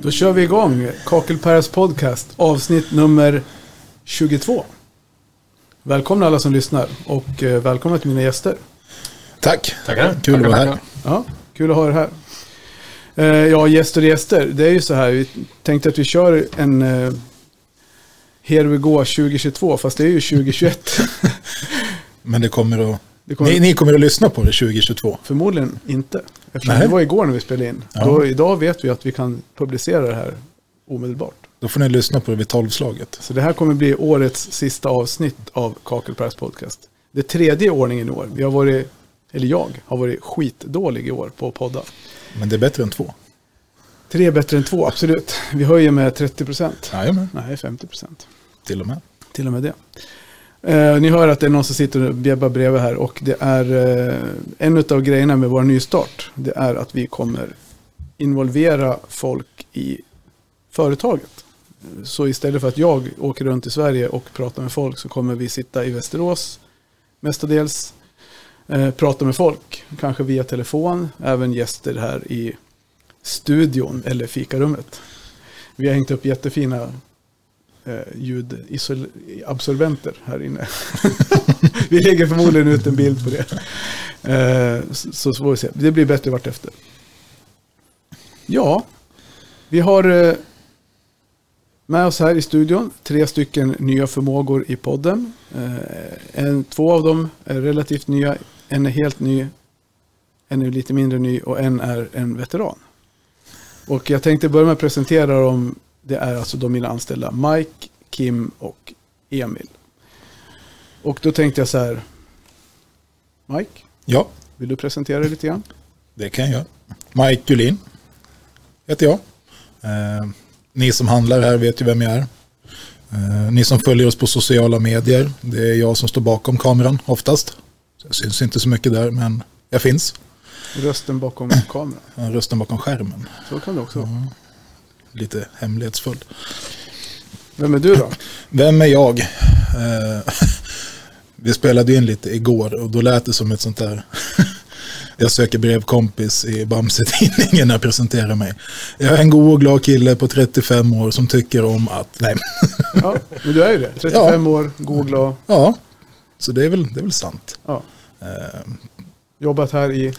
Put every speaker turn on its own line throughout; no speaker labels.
Då kör vi igång Kakelpäras podcast avsnitt nummer 22. Välkomna alla som lyssnar och eh, välkomna till mina gäster.
Tack.
Tackar.
Kul att vara
Tackar,
här.
tackar.
Ja, kul att ha er här. Eh, Ja, gäster och gäster. Det är ju så här, vi tänkte att vi kör en eh, Here we go 2022, fast det är ju 2021.
Men det kommer att...
Det kommer-
Ni, ni kommer att lyssna på det 2022.
Förmodligen inte. Eftersom
Nej.
det var igår när vi spelade in.
Ja.
Då, idag vet vi att vi kan publicera det här omedelbart.
Då får ni lyssna på det vid tolvslaget.
Så det här kommer bli årets sista avsnitt av Kakelpärs podcast. Det tredje i ordningen i år. Vi har varit, eller jag, har varit skitdålig i år på att podda.
Men det är bättre än två.
Tre är bättre än två, absolut. Vi höjer med 30 procent.
Jajamän,
Nej, 50 procent.
till och med.
Till och med det. Eh, ni hör att det är någon som sitter och bjäbbar bredvid här och det är eh, en av grejerna med vår nystart. Det är att vi kommer involvera folk i företaget. Eh, Så istället för att jag åker runt i Sverige och pratar med folk så kommer vi sitta i Västerås mestadels. Eh, prata med folk, kanske via telefon, även gäster här i studion eller fikarummet. Vi har hängt upp jättefina eh, ljudabsorbenter här inne. vi lägger förmodligen ut en bild på det. Eh, så, så får vi se. Det blir bättre vartefter. Ja, vi har eh, med oss här i studion tre stycken nya förmågor i podden. Eh, en, två av dem är relativt nya, en är helt ny, en är lite mindre ny och en är en veteran. Och jag tänkte börja med att presentera dem. Det är alltså de mina anställda Mike, Kim och Emil. Och då tänkte jag så här. Mike,
Ja,
vill du presentera dig lite grann?
det kan jag. Mike Julin heter jag. Eh, ni som handlar här vet ju vem jag är. Eh, ni som följer oss på sociala medier. Det är jag som står bakom kameran oftast. Jag syns inte så mycket där, men jag finns.
Rösten bakom kameran.
Eh, Rösten bakom skärmen.
Så kan det också vara.
Lite hemlighetsfull.
Vem är du då?
Vem är jag? Eh, vi spelade in lite igår och då lät det som ett sånt där jag söker brevkompis i Bamse-tidningen när jag presenterar mig. Jag är en god och glad kille på 35 år som tycker om att... Nej,
Ja, men du är ju det. 35 år, god och glad.
ja. Så det är väl, det är väl sant.
Ja. Ehm. Jobbat här i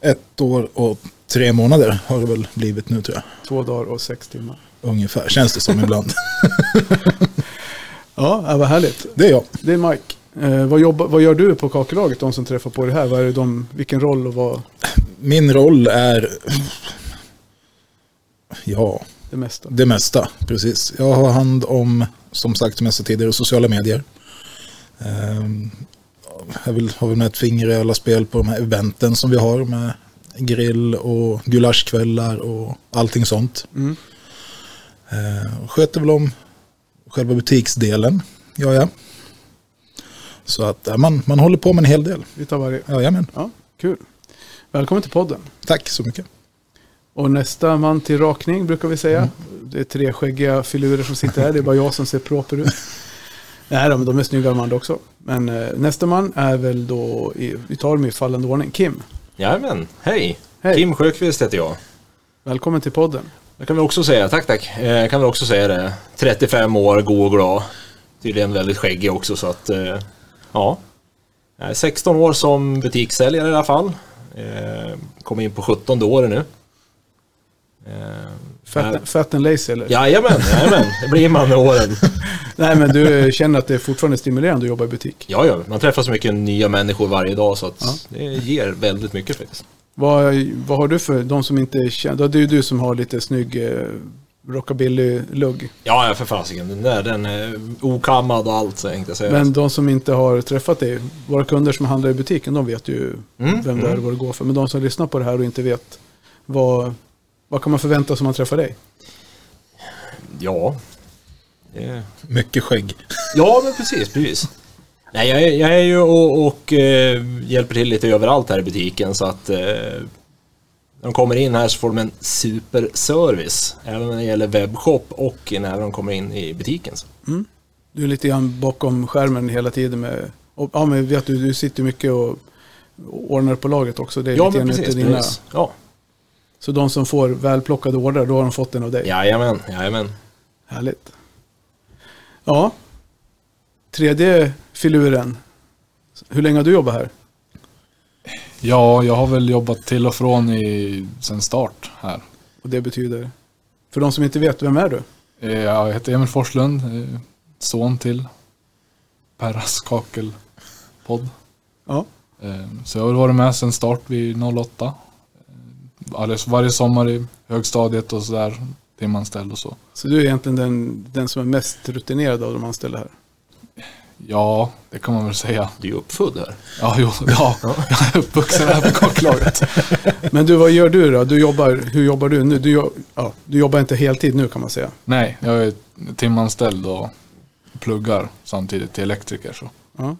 Ett år och tre månader har det väl blivit nu tror jag.
två dagar och sex timmar.
Ungefär, känns det som ibland.
Ja, ja vad härligt.
Det är jag.
Det är Mike. Eh, vad, jobba, vad gör du på Kakelaget, de som träffar på det här? Vad är det de, vilken roll och vad
Min roll är... Ja,
det mesta?
Det mesta, precis. Jag har hand om, som sagt, som jag sa tidigare, sociala medier. Ehm, Jag vill, har väl med ett finger i alla spel på de här eventen som vi har med grill och gulaschkvällar och allting sånt.
Mm.
Ehm, Sköter väl om själva butiksdelen, gör jag. Så att ja, man, man håller på med en hel del.
Vi tar varje.
Jajamän,
Ja, kul. Välkommen till podden.
tack så mycket.
Och nästa man till rakning brukar vi säga. Det är tre skäggiga filurer som sitter här. Det är bara jag som ser proper ut. Nej då, men de är snygga de andra också. Men eh, nästa man är väl då, i, vi tar dem i fallande ordning, Kim.
Jajamän, hej.
Hej.
Kim Sjöqvist heter jag.
Välkommen till podden.
Jag kan väl också säga, tack tack, Eh, jag kan väl också säga det. 35 år, god och glad. Tydligen väldigt skäggig också så att, eh, ja. Jag är 16 år som butikssäljare i alla fall. Eh, Kommer in på 17 året nu. Eh,
Fat,
nej.
fat and lazy eller?
Jajamän, jajamän, det blir man med åren.
Nej men du eh, känner att det är fortfarande stimulerande att jobba i butik.
Ja, ja, man träffar så mycket nya människor varje dag så att det ger väldigt mycket faktiskt.
Vad, vad har du för, de som inte känner, det är ju du som har lite snygg eh, rockabilly-lugg.
Ja, ja, för fasiken, den där den är okammad och allt så tänkte jag säga.
Men de som inte har träffat dig, våra kunder som handlar i butiken, de vet ju
Mm,
vem det är och vad det går för. Men de som lyssnar på det här och inte vet, vad, vad kan man förvänta sig om man träffar dig?
Ja.
Mycket skägg.
Ja, men precis, precis. Nej, jag, är- jag är ju och, och eh, hjälper till lite överallt här i butiken så att eh, när de kommer in här så får de en superservice. Även när det gäller webbshop och när de kommer in i butiken. Så.
Du är lite grann bakom skärmen hela tiden med, och, ja men vet du, du sitter mycket och ordnar på laget också. Det är
Ja,
lite
men
grann
precis.
inte dina,
precis. Ja.
Så de som får välplockade ordrar, då har de fått den av dig.
Jajamän, jajamän.
Härligt. Ja, tredje filuren. Hur länge har du jobbat här?
Ja, jag har väl jobbat till och från i, sen start här.
Och det betyder? För de som inte vet, vem är du?
Eh, Jag heter Emil Forslund, eh, son till Perras kakelpodd.
Ja,
Eh, Så jag har väl varit med sedan start vid 08. Eh, alldeles- Varje sommar i högstadiet och sådär, timanställd och så.
så du är egentligen den, den som är mest rutinerad av de anställda här.
Ja, det kan man väl säga.
Du är ju uppfödd här.
Ja, jo, ja. jag är uppvuxen här på kaklaget.
Men du, vad gör du då? Du jobbar, hur jobbar du nu? Du, jo- ja, du jobbar inte heltid nu kan man säga.
Nej, jag är timanställd och pluggar samtidigt till elektriker. Så.
Ja.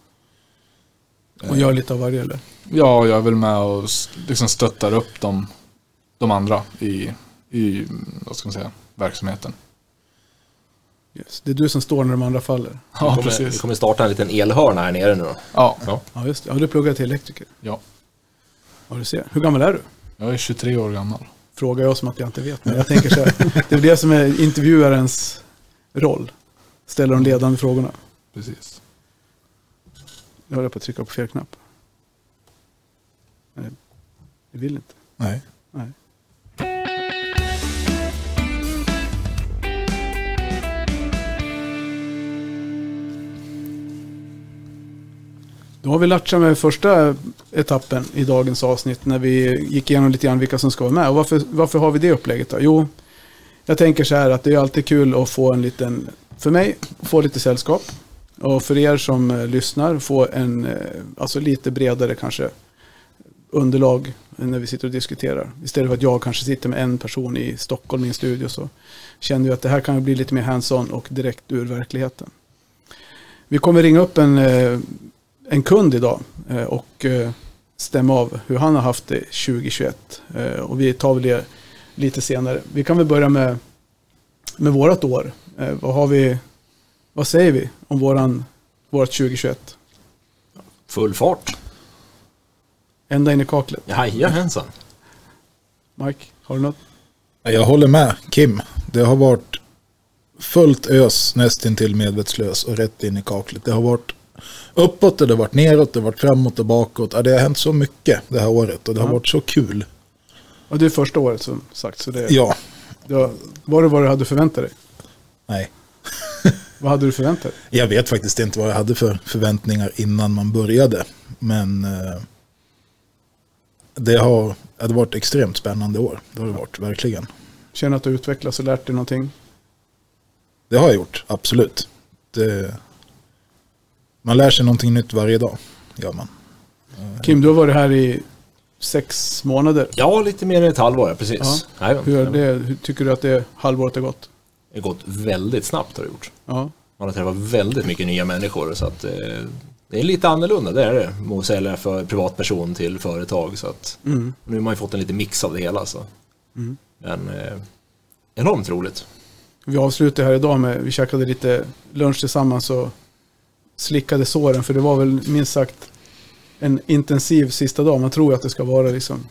Och gör lite av varje eller?
Ja, jag är väl med och s- liksom stöttar upp de, de andra i, i vad ska man säga, verksamheten.
Yes. Det är du som står när de andra faller.
Vi
Ja,
kommer, Vi
precis.
kommer starta en liten elhörna här nere nu då.
Ja,
Ja, just det. Ja, du pluggar till elektriker.
ja,
Ja, du ser. Hur gammal är du?
jag är 23 år gammal.
Frågar jag som att jag inte vet. Men jag tänker så här. Det är det som är intervjuarens roll. Ställa de ledande frågorna.
Precis.
Nu höll jag på att trycka på fel knapp. Nej, det vill inte.
Nej.
Nej. Då har vi latchat med första etappen i dagens avsnitt när vi gick igenom lite grann vilka som ska vara med. Och varför, varför har vi det upplägget då? Jo, jag tänker så här att det är alltid kul att få en liten, för mig, få lite sällskap. Och för er som eh, lyssnar, få en, eh, alltså lite bredare kanske, underlag när vi sitter och diskuterar. Istället för att jag kanske sitter med en person i Stockholm i en studio så känner jag att det här kan bli lite mer hands-on och direkt ur verkligheten. Vi kommer ringa upp en, eh, en kund idag eh, och eh, stämma av hur han har haft det 2021. Eh, Och vi tar väl det lite senare. Vi kan väl börja med, med vårat år. Eh, Vad, har vi, vad säger vi om våran, vårat 2021?
Full fart.
Ända in i kaklet.
Jajamensan.
Mike, har du något?
Jag håller med Kim. Det har varit fullt ös nästintill medvetslös och rätt in i kaklet. Det har varit uppåt och det har varit neråt, det har varit framåt och bakåt. Ja, Det har hänt så mycket det här året och det har
Ja.
varit så kul.
Och det är första året som sagt. Så det,
Ja,
det var, var det vad du hade förväntat dig?
nej.
Vad hade du förväntat dig?
Jag vet faktiskt inte vad jag hade för förväntningar innan man började. Men eh, det har, det har varit extremt spännande år. Det har det varit, verkligen.
Känner att du utvecklats och lärt dig någonting?
Det har jag gjort, absolut. Det, man lär sig någonting nytt varje dag. Gör man.
Kim, du har varit här i sex månader.
Ja, lite mer än ett halvår, ja, precis.
Ja.
Ja.
Hur, är det, hur tycker du att det halvåret har gått?
Det har gått väldigt snabbt har det gjort.
Ja.
Man har träffat väldigt mycket nya människor så att eh, det är lite annorlunda, det är det. Mot att sälja för privatperson till företag så att
Mm.
nu har man ju fått en liten mix av det hela så.
Mm.
Men eh, enormt roligt.
Vi avslutade här idag med, vi käkade lite lunch tillsammans och slickade såren. För det var väl minst sagt en intensiv sista dag. Man tror ju att det ska vara liksom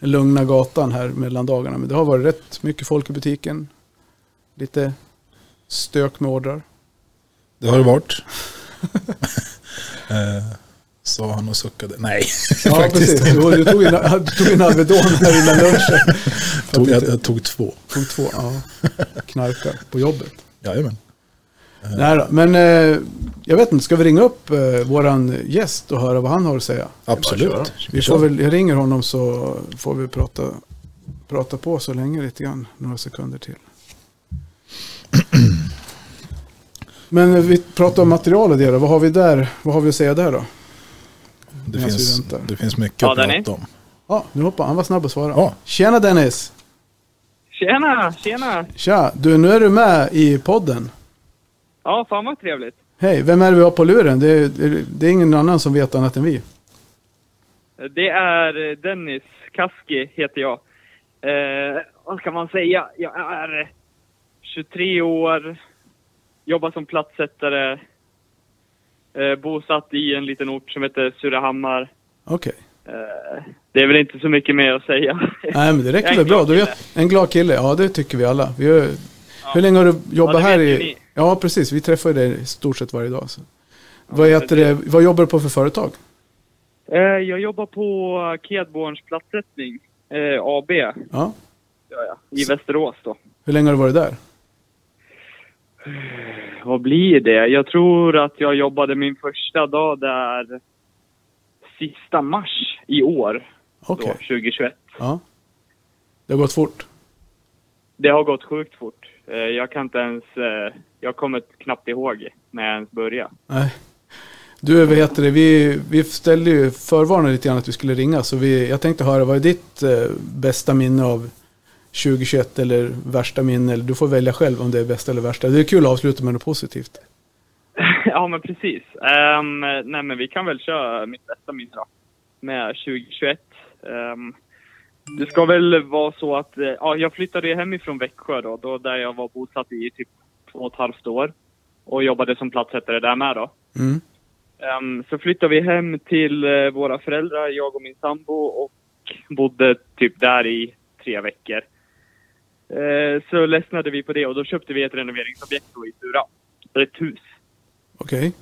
den lugna gatan här mellan dagarna. Men det har varit rätt mycket folk i butiken. Lite stök med ordrar.
Det har det varit. eh, sa han och suckade. Nej,
Ja,
faktiskt
precis.
inte.
Jo, Du tog en, du tog en Alvedon här innan lunchen.
Jag tog, jag, jag tog två.
Punkt två, ja. Knarka på jobbet.
Jajamän.
Nej då, men eh, jag vet inte, ska vi ringa upp eh, våran gäst och höra vad han har att säga?
bara att
Absolut.
Vi får väl, jag ringer honom så får vi prata, prata på så länge lite grann, några sekunder till. Men eh, vi pratar om material och det då. Vad har vi där? Vad har vi att säga där då? medan
det,
vi
finns,
väntar.
det finns mycket
Ja,
att
Danny.
prata om.
Ja, nu hoppar han. var snabb att svara.
Ja.
Tjena Dennis!
Tjena, tjena!
Tja! Du, nu är du med i podden.
Ja, fan vad trevligt.
Hej, vem är det vi har på luren? Det är, det är- det är ingen annan som vet annat än vi.
Det är eh, Dennis Kaski heter jag. Eh, vad ska man säga? Jag är 23 år, jobbar som plattsättare, eh, bosatt i en liten ort som heter Surahammar.
Okej.
Eh, Eh, Det är väl inte så mycket mer att säga.
Nej, men det
Jag
räcker
är
väl
en
bra.
glad
Du är
kille.
en glad kille, ja det tycker vi alla. Vi är, Hur länge har du jobbat
Ja, det
här?
vet ju
I,
ni.
ja, precis. Vi träffar ju dig i stort sett varje dag. Så. vad,
men
heter det, vad jobbar du på för företag?
Eh, Jag jobbar på Kedborns Plattsättning eh, AB gör
Ja.
jag, i Västerås då.
Hur länge har du varit där?
Vad blir det? Jag tror att jag jobbade min första dag där sista mars i år,
Okej.
då, 2021.
Ja. Det har gått fort.
Det har gått sjukt fort. Eh, Jag kan inte ens... eh, Jag kommer knappt ihåg när jag ens började.
Nej. Du, vad heter det? Vi, vi ställde ju förvarnade lite grann att vi skulle ringa. Så vi, jag tänkte höra, vad är ditt eh, bästa minne av 2021 eller värsta minne? Eller Du får välja själv om det är bästa eller värsta. Det är kul att avsluta med något positivt.
ja, men precis. Ehm, nej, men vi kan väl köra mitt bästa minne då. Med 2021. Ehm, det ska väl vara så att... eh, ja, jag flyttade ju hemifrån Växjö då, då, där jag var bosatt i typ två och ett halvt år. Och jobbade som plattsättare där med då.
Mm.
Ehm, så flyttade vi hem till eh, våra föräldrar, jag och min sambo, och bodde typ där i tre veckor. Eh, så ledsnade vi på det och då köpte vi ett renoveringsobjekt då i Sura. Ett hus.
Okej.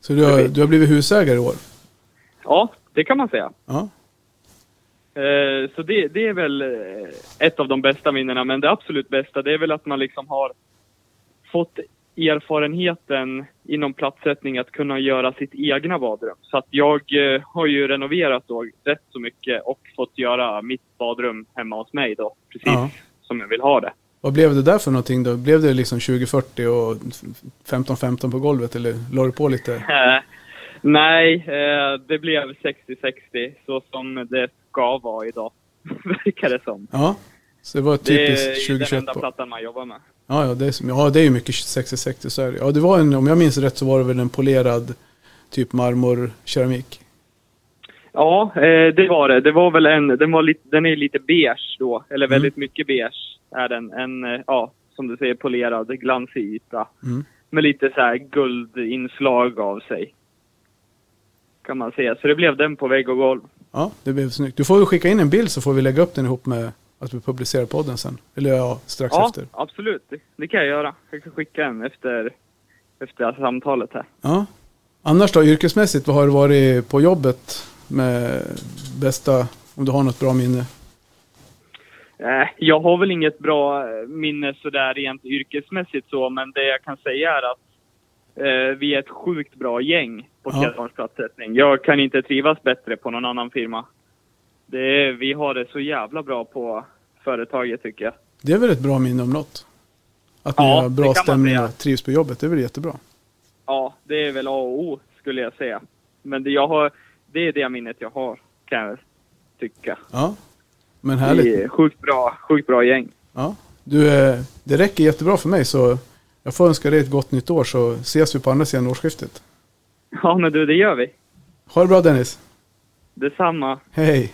Så du har, du har blivit husägare i år?
Ja, det kan man säga.
Ja.
Eh, Så det, det är väl eh, ett av de bästa minnena, men det absolut bästa det är väl att man liksom har fått erfarenheten inom plattsättning att kunna göra sitt egna badrum. Så att jag eh, har ju renoverat då rätt så mycket och fått göra mitt badrum hemma hos mig då, precis
Ja.
som jag vill ha det.
Vad blev det där för någonting då? Blev det liksom 2040 och 15-15 på golvet eller la du på lite?
Eh, Nej, eh, det blev 60-60 så som det ska vara idag, verkar det som.
Ja, så det var ett
Det
typiskt
är ju den
2021
enda
på.
plattan man jobbar med.
Ja, ja, det är, som, ja, det är ju mycket 60-60 så är det. Ja, det var en, om jag minns rätt så var det väl en polerad typ marmorkeramik.
Ja, eh, det var det. Det var väl en, den, var lite, den är lite beige då, eller väldigt mycket beige är den. En, eh, ja, som du säger, polerad, glansig yta.
Mm.
Med lite så här guldinslag av sig. Kan man säga. Så det blev den på vägg och golv.
Ja, det blev snyggt. Du får väl skicka in en bild så får vi lägga upp den ihop med att vi publicerar podden sen. Eller ja, strax
Ja,
efter.
absolut. Det, det kan jag göra. Jag kan skicka en efter, efter samtalet här.
Ja. Annars då, yrkesmässigt, vad har du varit på jobbet med bästa, om du har något bra minne?
Eh, Jag har väl inget bra eh, minne sådär rent yrkesmässigt så, men det jag kan säga är att eh, vi är ett sjukt bra gäng på
Ja.
Skedarns plattsättning. Jag kan inte trivas bättre på någon annan firma. Det, är- vi har det så jävla bra på företaget tycker jag.
Det är väl ett bra minne om något? Att ni
Ja,
har
det
bra
kan man
stämning
säga.
och trivs på jobbet, det är väl jättebra?
Ja, det är väl A och O skulle jag säga. Men det, jag har, det är det minnet jag har kan jag tycka.
Ja, men härligt.
Vi är sjukt bra, sjukt bra gäng.
Ja. Du, eh, det räcker jättebra för mig så jag får önska dig ett gott nytt år så ses vi på andra sidan årsskiftet.
Ja men du, det gör vi.
Ha det bra Dennis.
Detsamma.
Hej.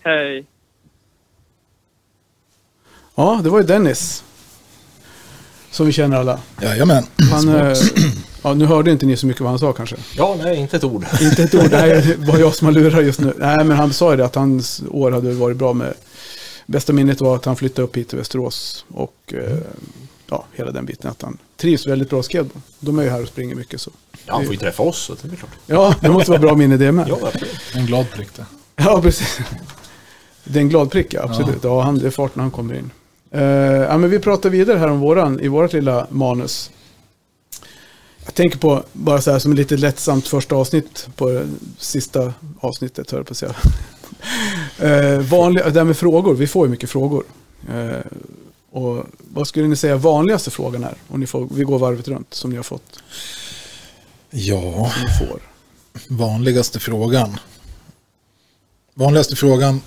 Hej.
Ja, det var ju Dennis. Som vi känner alla.
Jajamän.
Han, eh, ja, nu hörde inte ni så mycket vad han sa kanske.
Ja, nej, inte ett ord.
Inte ett ord, det här är- var jag som har lurat just nu. Nej, men han sa ju det att hans år hade varit bra med... Bästa minnet var att han flyttade upp hit till Västerås och eh, ja, hela den biten. Att han trivs väldigt bra i skateboard. De är ju här och springer mycket så.
Ja, han får ju träffa oss, så det är väl klart.
Ja, det måste vara bra minne det med.
Ja, absolut.
En glad prick det.
Ja, precis. Det är en glad prick, ja, absolut. Ja. han, det är fart när han kommer in. Eh, ja, men vi pratar vidare här om våran, i vårt lilla manus. Jag tänker på, bara så här som ett lite lättsamt första avsnitt på det sista avsnittet, höll jag på att säga. Eh, vanliga, det här med frågor, vi får ju mycket frågor. Eh, och vad skulle ni säga vanligaste frågan är? Och ni får, vi går varvet runt som ni har fått.
Ja,
Ni får.
vanligaste frågan. Vanligaste frågan,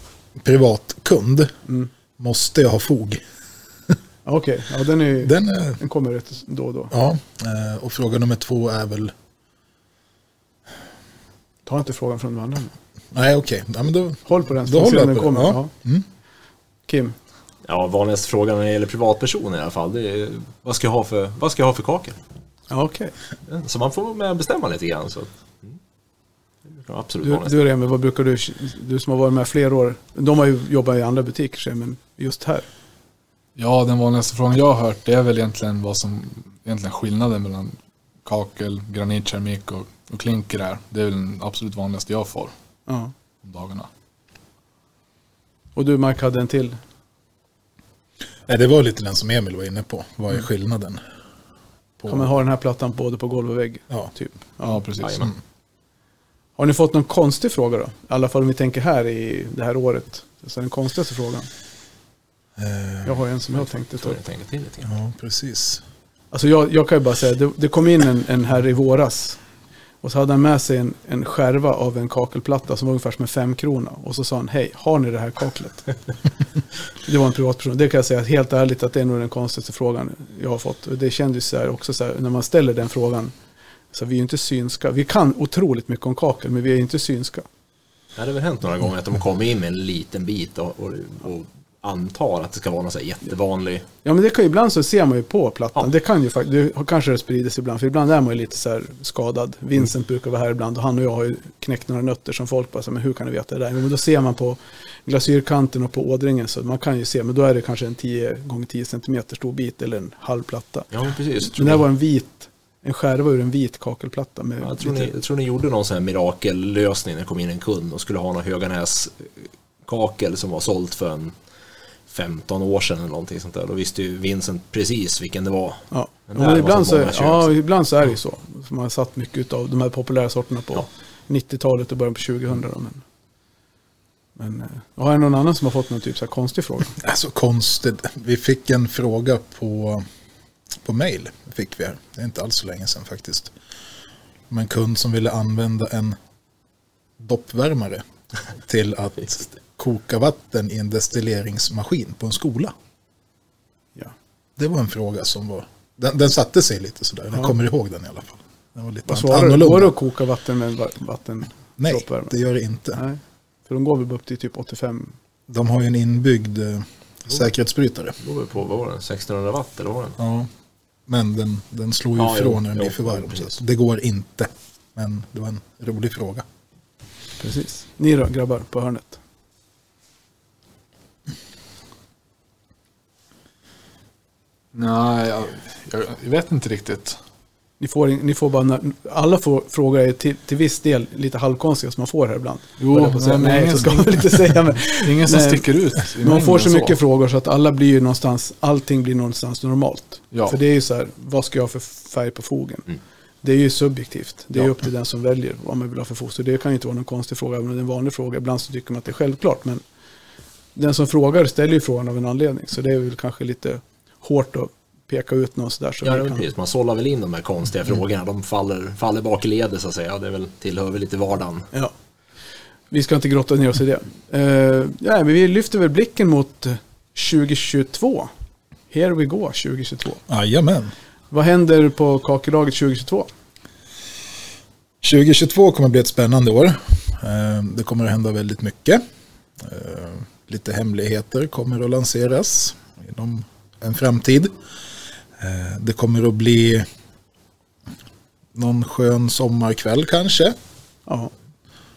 privatkund.
Mm.
Måste jag ha fog?
Ja, Okej, ja, den, är ju-
Den är
den kommer rätt då och då.
Ja, eh, och fråga nummer två är väl...
Ta inte frågan från de andra nu.
Nej, okej. Ja, men då...
Håll på den.
Då
Då håller
håller
den
jag på den,
kommer. Ja.
ja. Mm.
Kim,
Ja, vanligaste frågan när det gäller privatpersoner i alla fall, det är vad ska jag ha för, vad ska jag ha för kakor?
ja, okej.
Så man får med bestämma lite grann. Så. att- Mm. Det kan absolut
Du,
vara
du Remi, vad brukar du, du som har varit med fler år, de har ju jobbat i andra butiker, säger jag, men just här.
Ja, den vanligaste frågan jag har hört det är väl egentligen vad som egentligen skillnaden mellan kakel, granit, keramik och, och klinker är. Det är väl den absolut vanligaste jag får
Ja.
om dagarna.
Och du Mark hade en till.
Nej, det var lite den som Emil var inne på. Vad
Mm.
är skillnaden? På,
Kommer ha den här plattan både på golv och vägg.
ja.
Typ.
Ja, precis. Mm.
Jajamän.
Har ni fått någon konstig fråga då? I alla fall om vi tänker här i det här året. Alltså den konstigaste frågan.
Eh,
Jag har en som jag tänkte ta
så.
upp.
Jag tänker till lite grann.
ja, precis.
Alltså jag, jag kan ju bara säga, det, det kom in en, en herre i våras. Och så hade han med sig en, en skärva av en kakelplatta som var ungefär som en femkrona. Och så sa han, hej, har ni det här kaklet? det var en privatperson. Det kan jag säga helt ärligt att det är nog den konstigaste frågan jag har fått. Och det kändes så här också så här, när man ställer den frågan. Så vi är ju inte synska. Vi kan otroligt mycket om kakel, men vi är inte synska.
Ja, Det har väl hänt några gånger att de kommer in med en liten bit och, och, och antar att det ska vara någon så här jättevanlig.
Ja men det kan ju ibland så ser man ju på plattan.
Ja.
Det kan ju faktiskt, det har- kanske det sprider sig ibland. För ibland är man ju lite så här skadad.
Mm.
Vincent brukar vara här ibland och han och jag har ju knäckt några nötter som folk bara så här, men hur kan du veta det där? Men då ser man på glasyrkanten och på ådringen så man kan ju se. Men då är det kanske en 10 gånger 10 cm stor bit eller en halv platta.
Ja, men precis.
Den
Tror
där
ni,
var en vit, en skärva ur en vit kakelplatta. Med
jag, tror ni,
lite,
jag tror ni gjorde någon sån här mirakellösning när det kom in en kund och skulle ha någon Höganäs-kakel som var sålt för en 15 år sedan eller någonting sånt där. Då visste ju Vincent precis vilken det var.
ja.
Den
Ja,
där
men
var
ibland,
så
så,
många köp.
ja, ibland så är det ju så. För Man har satt mycket av de här populära sorterna på
Ja.
90-talet och början på 2000. Då, men men eh, har jag någon annan som har fått någon typ så här konstig fråga?
Alltså konstigt. Vi fick en fråga på, på mail. Fick vi här. Det är inte alls så länge sedan faktiskt. Om en kund som ville använda en doppvärmare till att koka vatten i en destilleringsmaskin på en skola.
Ja.
Det var en fråga som var... Den, den satte sig lite sådär. Jag kommer ihåg den i alla fall. Den var lite
Vad svarar du?
annorlunda.
Går det att koka vatten med va- vatten?
Nej,
droppvärme?
det gör det inte.
Nej. För de går väl upp till typ 85?
De har ju en inbyggd eh, säkerhetsbrytare.
Då var vi på, vad var den, 1600 watt eller vad var den?
Ja. Men den, den slår ju
Ja,
ifrån
jo,
när den blir
jo,
för
jo,
varm.
precis.
Så det går inte. Men det var en rolig fråga.
Precis. Ni då, grabbar på hörnet?
Nej, jag, jag, jag vet inte riktigt.
Ni får, in- ni får bara, när- alla får, frågor är till, till viss del lite halvkonstiga som man får här ibland.
Jo,
Höll jag på att säga.
men
nej,
ingen
så ska
som-
man väl inte säga. Men,
Det är ingen som
Nej.
sticker ut. i
Man får
mängden
så mycket frågor så att alla blir ju någonstans, allting blir någonstans normalt.
Ja.
För det är ju så här, vad ska jag ha för färg på fogen? Det är ju subjektivt. Det är ju upp till den som väljer vad man vill ha för fog. Så det kan ju inte vara någon konstig fråga, även om det är en vanlig fråga. Ibland så tycker man att det är självklart, men den som frågar ställer ju frågan av en anledning. Så det är väl kanske lite hårt att peka ut någon sådär. Så
Ja,
vi
Mm. det är väl
kan-
precis. Man sållar väl in de här konstiga frågorna. De faller, faller bak i ledet så att säga. Det är väl, tillhör väl lite vardagen.
Ja. Vi ska inte grotta ner oss i det. Eh, ja, men vi lyfter väl blicken mot 2022. Here we go 2022.
Jajamän.
Vad händer på kakelaget 2022?
2022 kommer att bli ett spännande år. Eh, Det kommer att hända väldigt mycket. Eh, Lite hemligheter kommer att lanseras inom en framtid. Eh, Det kommer att bli någon skön sommarkväll kanske.
Ja,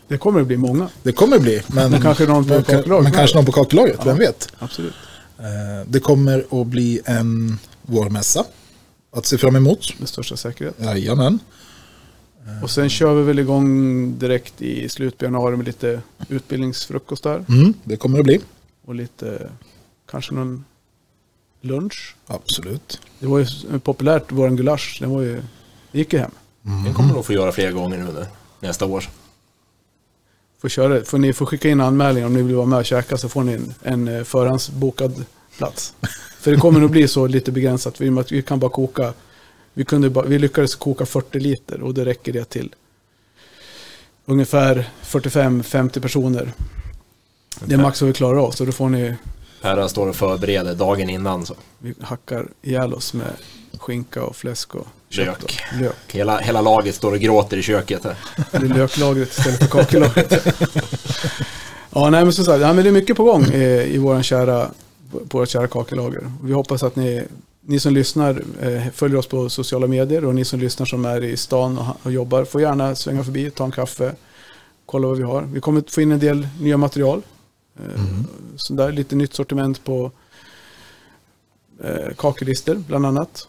det kommer att bli många.
Det kommer att bli. Men,
Men kanske någon på
men,
kakelagret.
men kanske någon på kakelagret, vem vet.
Absolut.
Eh, Det kommer att bli en vårmässa att se fram emot.
Med största säkerhet.
Jajamän.
Och sen kör vi väl igång direkt i slutet på januari med lite utbildningsfrukostar.
Mm, det kommer det bli.
Och lite, kanske någon lunch.
Absolut.
Det var ju s- populärt, våran gulasch. Den var ju, det gick ju hem.
Den kommer nog få göra flera gånger nu under nästa år.
Får, köra, får ni får skicka in anmälningar om ni vill vara med och käka så får ni en, en eh, förhandsbokad plats. För det kommer nog bli så lite begränsat. För i och med att vi kan bara koka. Vi, kunde bara, vi lyckades koka 40 liter och det räcker det till ungefär 45-50 personer. Det är max vad vi klarar av. Så då får ni,
Perra står och förbereder dagen innan. Så.
vi hackar ihjäl oss med skinka och fläsk och kött och
Lök.
lök.
Hela, hela laget står och gråter i köket. Här.
Det är löklagret istället för kakelagret. ja, nej men som sagt, ja, men det är mycket på gång eh, i våran kära, på vårt kära kakelager. Vi hoppas att ni, ni som lyssnar eh, följer oss på sociala medier och ni som lyssnar som är i stan och, ha- och jobbar får gärna svänga förbi, ta en kaffe kolla vad vi har. Vi kommer få in en del nya material. Eh, Så där, lite nytt sortiment på eh, kakellister bland annat.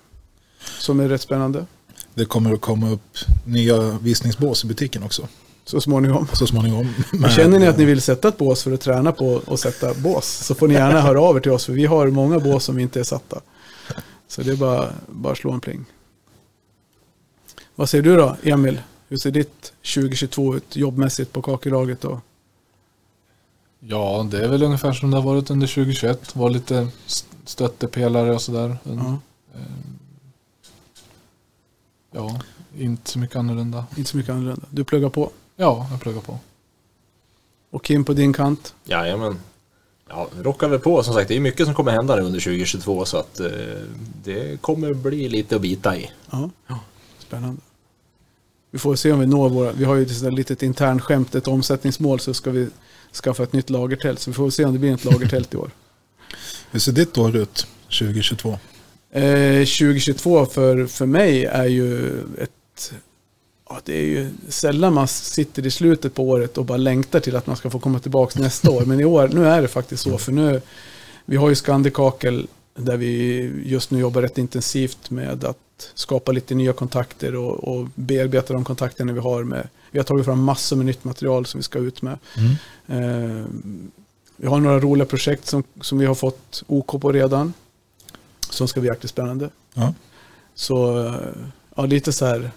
Som är rätt spännande
Det kommer att komma upp nya visningsbås i butiken också.
så småningom.
Så småningom. Men-
Känner ni att ni vill sätta ett bås för att träna på att sätta bås så får ni gärna höra av er till oss för vi har många bås som inte är satta. Så det är bara, bara slå en pling. Vad säger du då Emil? Hur ser ditt 2022 ut jobbmässigt på kakelaget då?
Ja, det är väl ungefär som det har varit under 2021. Var lite st- stöttepelare och sådär. Men,
Ja,
ehm, Ja, inte så mycket annorlunda.
inte så mycket annorlunda. Du pluggar på.
Ja, jag pluggar på.
Och Kim på din kant.
Jajamän. Ja, rockar vi på som sagt. Det är mycket som kommer hända nu under 2022 så att eh, det kommer bli lite att bita i.
Ja. Spännande. Vi får se om vi når våra, vi har ju ett sånt där litet internskämt, ett omsättningsmål så ska vi skaffa ett nytt lagertält. Så vi får se om det blir ett lagertält i år.
Hur ser ditt år ut 2022?
Eh, 2022 för, för mig är ju ett... Ja, det är ju sällan man sitter i slutet på året och bara längtar till att man ska få komma tillbaka nästa år. Men i år, nu är det faktiskt så. För nu, vi har ju Scandikakel där vi just nu jobbar rätt intensivt med att skapa lite nya kontakter och, och bearbeta de kontakterna vi har med. Vi har tagit fram massor med nytt material som vi ska ut med. Eh, vi har några roliga projekt som, som vi har fått OK på redan. Som ska bli jäkligt spännande.
Ja.
Så eh, ja, lite så här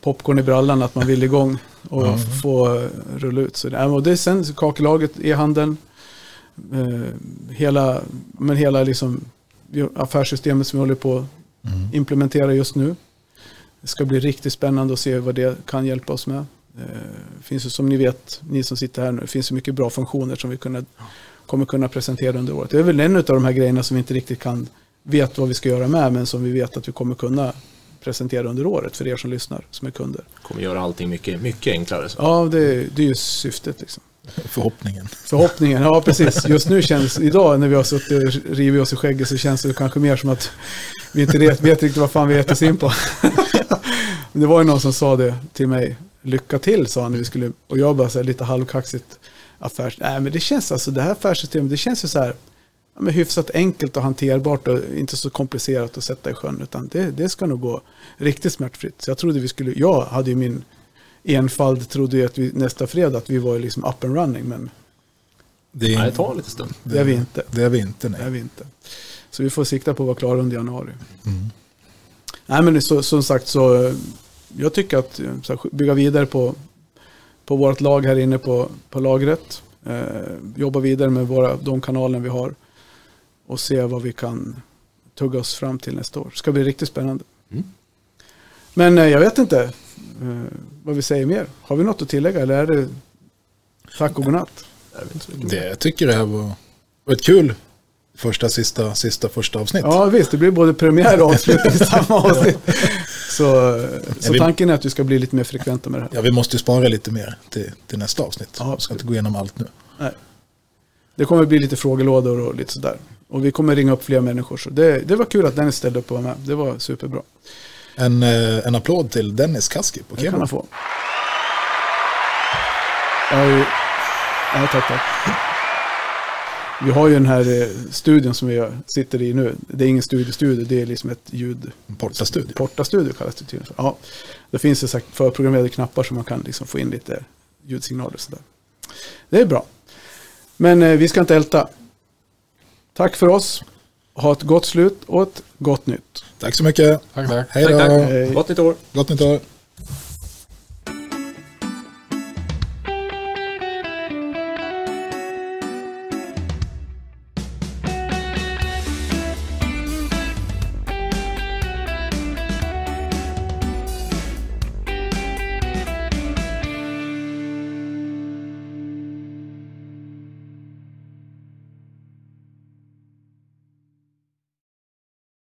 popcorn i brallan att man vill igång och
Ja.
f- få eh, rulla ut. Så det, ja, och det är sen så kakelaget, e-handeln, eh, hela, men hela liksom vi- affärssystemet som vi håller på
Mm.
att implementera just nu. Det ska bli riktigt spännande att se vad det kan hjälpa oss med. Eh, finns ju som ni vet, ni som sitter här nu, finns ju mycket bra funktioner som vi kunna, kommer kunna presentera under året. Det är väl en av de här grejerna som vi inte riktigt kan vet vad vi ska göra med men som vi vet att vi kommer kunna presentera under året för er som lyssnar, som är kunder.
Kommer göra allting mycket, mycket enklare. Så.
Ja, det, är- det är ju syftet. Liksom.
Förhoppningen.
Förhoppningen, ja precis. Just nu känns, idag när vi har suttit och rivit oss i skägget så känns det kanske mer som att vi inte vet, vet riktigt vad fan vi gett oss in på. Men det var ju någon som sa det till mig, lycka till sa han när vi skulle, och jag bara så här, lite halvkaxigt affärs, nej men det känns alltså det här affärssystemet, det känns ju så här ja, men hyfsat enkelt och hanterbart och inte så komplicerat att sätta i sjön utan det, det ska nog gå riktigt smärtfritt. Så jag trodde vi skulle, jag hade ju min enfald trodde ju att vi nästa fredag att vi var ju liksom up and running men
Det
Nej,
är,
det tar en liten stund.
det är vi inte.
det är vi inte,
Det är
nej.
vi inte. Så vi får sikta på att vara klara under januari. Nej, men så, som sagt så eh, jag tycker att eh, så här, bygga vidare på, på vårt lag här inne på, på lagret. Eh, jobba vidare med våra, de kanaler vi har och se vad vi kan tugga oss fram till nästa år. Det ska bli riktigt spännande.
Mm.
Men eh, jag vet inte eh, vad vi säger mer. Har vi något att tillägga eller är det tack och godnatt?
Det är väl inte så mycket.
Det, jag tycker det här var, var ett kul första, sista, sista, första avsnitt.
Ja visst, det blir både premiär och avslutning i samma avsnitt. Så, så
vi-
tanken är att vi ska bli lite mer frekventa med det här.
Ja, vi måste ju spara lite mer till, till nästa avsnitt.
Ja,
Vi ska inte gå igenom allt nu.
Nej. Det kommer bli lite frågelådor och lite sådär. Och vi kommer ringa upp fler människor. Så det, det var kul att Dennis ställde upp och var med. Det var superbra.
En, eh, en applåd till Dennis Kaski på
Det kan
Kemo.
han få. Jag har ju... Ja, tack, tack. Vi har ju den här eh, studion som vi sitter i nu. Det är ingen studiestudio, det är liksom ett ljud...
Portastudio.
Portastudio kallas det tydligen. för. Ja. Det finns ju sagt förprogrammerade knappar som man kan liksom få in lite ljudsignaler och sådär. Det är bra. Men eh, vi ska inte älta. Tack för oss. Ha ett gott slut och ett gott nytt.
Tack så mycket.
Tack, tack.
Hej
Tack, tack.
då.
Hej.
Gott nytt år!
Gott nytt år.